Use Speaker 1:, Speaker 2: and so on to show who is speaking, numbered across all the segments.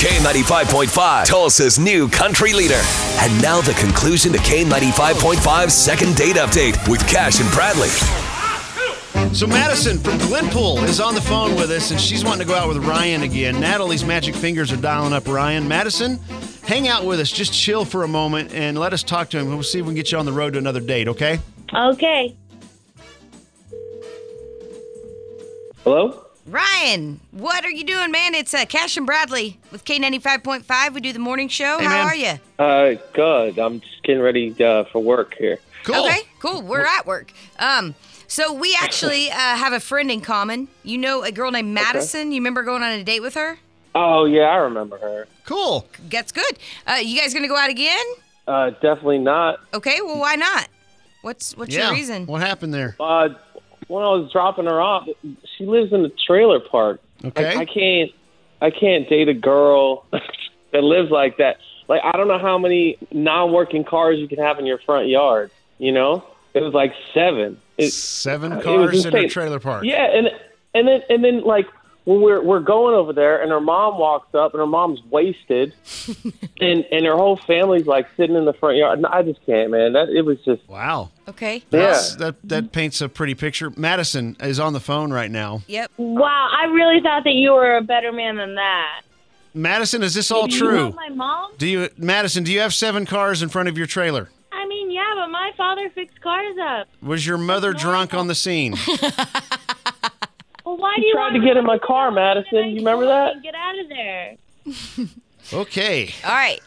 Speaker 1: K95.5, Tulsa's new country leader. And now the conclusion to K95.5's second date update with Cash and Bradley.
Speaker 2: So Madison from Glenpool is on the phone with us, and she's wanting to go out with Ryan again. Natalie's magic fingers are dialing up Ryan. Madison, hang out with us. Just chill for a moment and let us talk to him. We'll see if we can get you on the road to another date. Okay?
Speaker 3: Okay.
Speaker 4: Hello?
Speaker 5: Ryan, what are you doing, man? It's uh, Cash and Bradley with K95.5. We do the morning show.
Speaker 2: Hey,
Speaker 5: How
Speaker 2: man.
Speaker 5: are you?
Speaker 4: Uh, good. I'm just getting ready uh, for work here.
Speaker 2: Cool.
Speaker 5: Okay, cool. We're at work. Um, so we actually uh, have a friend in common. You know a girl named Madison. You remember going on a date with her?
Speaker 4: Oh, yeah, I remember her.
Speaker 2: Cool.
Speaker 5: That's good. Uh, you guys gonna go out again?
Speaker 4: Uh, definitely not.
Speaker 5: Okay. Well, why not? What's what's
Speaker 2: yeah.
Speaker 5: your reason?
Speaker 2: What happened there?
Speaker 4: Uh, when I was dropping her off, she lives in a trailer park.
Speaker 2: Okay.
Speaker 4: Like, I can't, I can't date a girl that lives like that. Like, I don't know how many non-working cars you can have in your front yard. You know, it was like seven. It,
Speaker 2: Seven
Speaker 4: was
Speaker 2: cars in a
Speaker 4: insane.
Speaker 2: trailer park.
Speaker 4: Yeah, and and then and then like when we're we're going over there, and her mom walks up, and her mom's wasted, and and her whole family's like sitting in the front yard. And I just can't, man. That it was just
Speaker 2: Wow.
Speaker 5: Okay.
Speaker 4: yeah.
Speaker 2: That's- That that paints a pretty picture. Madison is on the phone right now.
Speaker 5: Yep.
Speaker 3: Wow, I really thought that you were a better man than that.
Speaker 2: Madison, is this all
Speaker 3: Do You know
Speaker 2: true?
Speaker 3: my mom?
Speaker 2: Do you, Madison? Do you have seven cars in front of your trailer?
Speaker 3: I mean, yeah, but my father fixed cars up.
Speaker 2: Was your mother drunk on the scene?
Speaker 3: Well, why do
Speaker 4: He
Speaker 3: you
Speaker 4: tried
Speaker 3: want
Speaker 4: to get in my car,
Speaker 3: Then I
Speaker 4: Madison. You remember
Speaker 3: told
Speaker 4: that?
Speaker 3: him, Get out of there.
Speaker 2: Okay.
Speaker 5: All right.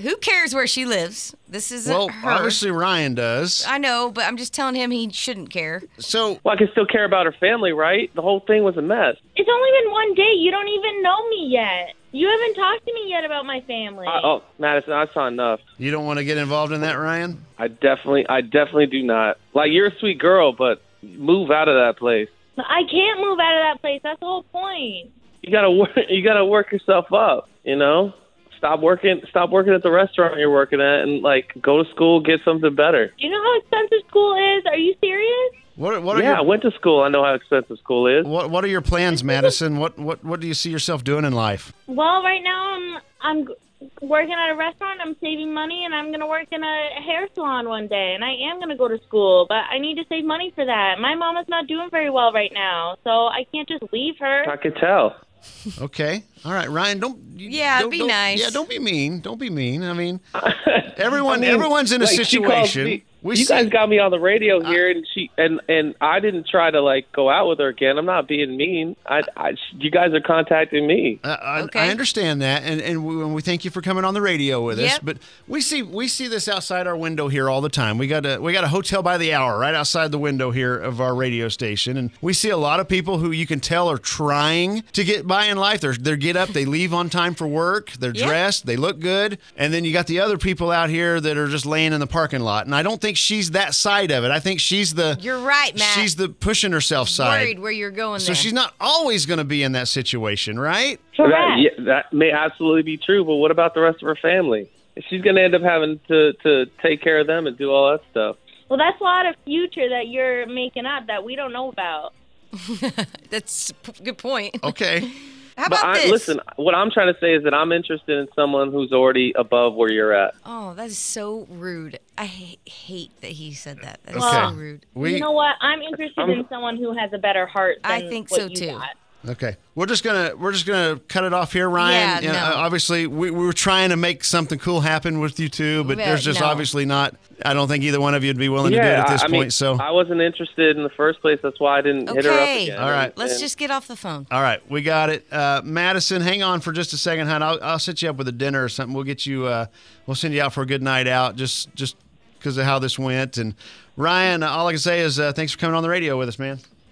Speaker 5: Who cares where she lives? This isn't
Speaker 2: Well,
Speaker 5: her.
Speaker 2: obviously Ryan does.
Speaker 5: I know, but I'm just telling him he shouldn't care.
Speaker 2: So
Speaker 4: Well, I can still care about her family, right? The whole thing was a mess.
Speaker 3: It's only been one day. You don't even know me yet. You haven't talked to me yet about my family.
Speaker 4: I, oh, Madison, I saw enough.
Speaker 2: you don't want to get involved in that, Ryan?
Speaker 4: I definitely, I definitely do not. Like you're a sweet girl, but move out of that place.
Speaker 3: I can't move out of that place. That's the whole point.
Speaker 4: You gotta work. You gotta work yourself up. You know, stop working. Stop working at the restaurant you're working at, and like go to school, get something better.
Speaker 3: Do you know how expensive school is? Are you serious?
Speaker 2: What what are
Speaker 4: yeah, I
Speaker 2: your
Speaker 4: went to school. I know how expensive school is.
Speaker 2: what, what are your plans, Madison? What what what do you see yourself doing in life?
Speaker 3: Well, right now I'm I'm g- working at a restaurant. I'm saving money, and I'm gonna work in a hair salon one day. And I am gonna go to school, but I need to save money for that. My mom is not doing very well right now, so I can't just leave
Speaker 4: I
Speaker 3: her.
Speaker 4: could tell.
Speaker 2: Okay. All right, Ryan, don't you-
Speaker 5: Yeah,
Speaker 2: don't-
Speaker 5: be
Speaker 2: don't-
Speaker 5: nice.
Speaker 2: Yeah, don't be mean. Don't be mean. I mean, everyone
Speaker 4: I mean,
Speaker 2: everyone's in a
Speaker 4: like, she calls
Speaker 2: situation.
Speaker 4: me-
Speaker 2: we
Speaker 4: you
Speaker 2: see,
Speaker 4: guys got me on the radio here, and she and and I didn't try to like go out with her again. I'm not being mean. I, I you guys are contacting me.
Speaker 2: Uh, I,
Speaker 5: Okay.
Speaker 2: I understand that, and and we, and we thank you for coming on the radio with us.
Speaker 5: Yep.
Speaker 2: But we see we see this outside our window here all the time. We got a we got a hotel by the hour right outside the window here of our radio station, and we see a lot of people who you can tell are trying to get by in life. They're they get up, they leave on time for work, they're
Speaker 5: Yeah.
Speaker 2: dressed, they look good, and then you got the other people out here that are just laying in the parking lot. And I don't think she's that side of it. I think she's the
Speaker 5: You're right, Matt.
Speaker 2: She's the pushing herself side.
Speaker 5: Worried where you're going.
Speaker 2: so
Speaker 5: there.
Speaker 2: she's not always going to be in that situation, right?
Speaker 4: That,
Speaker 3: Correct.
Speaker 4: yeah, that may absolutely be true, but what about the rest of her family? She's going to end up having to to take care of them and do all that stuff.
Speaker 3: Well, that's a lot of future that you're making up that we don't know about.
Speaker 5: That's a p- good point.
Speaker 2: Okay.
Speaker 5: How
Speaker 4: But
Speaker 5: about
Speaker 4: I,
Speaker 5: this?
Speaker 4: listen, what I'm trying to say is that I'm interested in someone who's already above where you're at.
Speaker 5: Oh, that is so rude. I ha- hate that he said that. That's
Speaker 2: Okay.
Speaker 5: so rude.
Speaker 2: We
Speaker 3: you know what? I'm interested
Speaker 4: I'm-
Speaker 3: in someone who has a better heart. Than
Speaker 5: I think
Speaker 3: what
Speaker 5: so,
Speaker 3: you
Speaker 5: too.
Speaker 3: got.
Speaker 2: okay. We're just gonna we're just gonna cut it off here, Ryan.
Speaker 5: Yeah,
Speaker 2: You know, uh,
Speaker 5: no.
Speaker 2: Obviously, we, we were trying to make something cool happen with you two, but
Speaker 5: Well,
Speaker 2: there's just
Speaker 5: no.
Speaker 2: obviously not. I don't think either one of you'd be willing to do it at
Speaker 4: I-
Speaker 2: this
Speaker 4: I,
Speaker 2: point.
Speaker 4: mean,
Speaker 2: so,
Speaker 4: I wasn't interested in the first place. That's why I didn't hit her up
Speaker 5: Okay.
Speaker 4: again.
Speaker 2: All right.
Speaker 5: Let's
Speaker 4: And-
Speaker 5: just get off the phone.
Speaker 2: all right, we got it. Uh, Madison, hang on for just a second, hon. I'll, I'll set you up with a dinner or something. We'll get you. Uh, we'll send you out for a good night out, just just because of how this went. And Ryan, all I can say is uh, thanks for coming on the radio with us, man.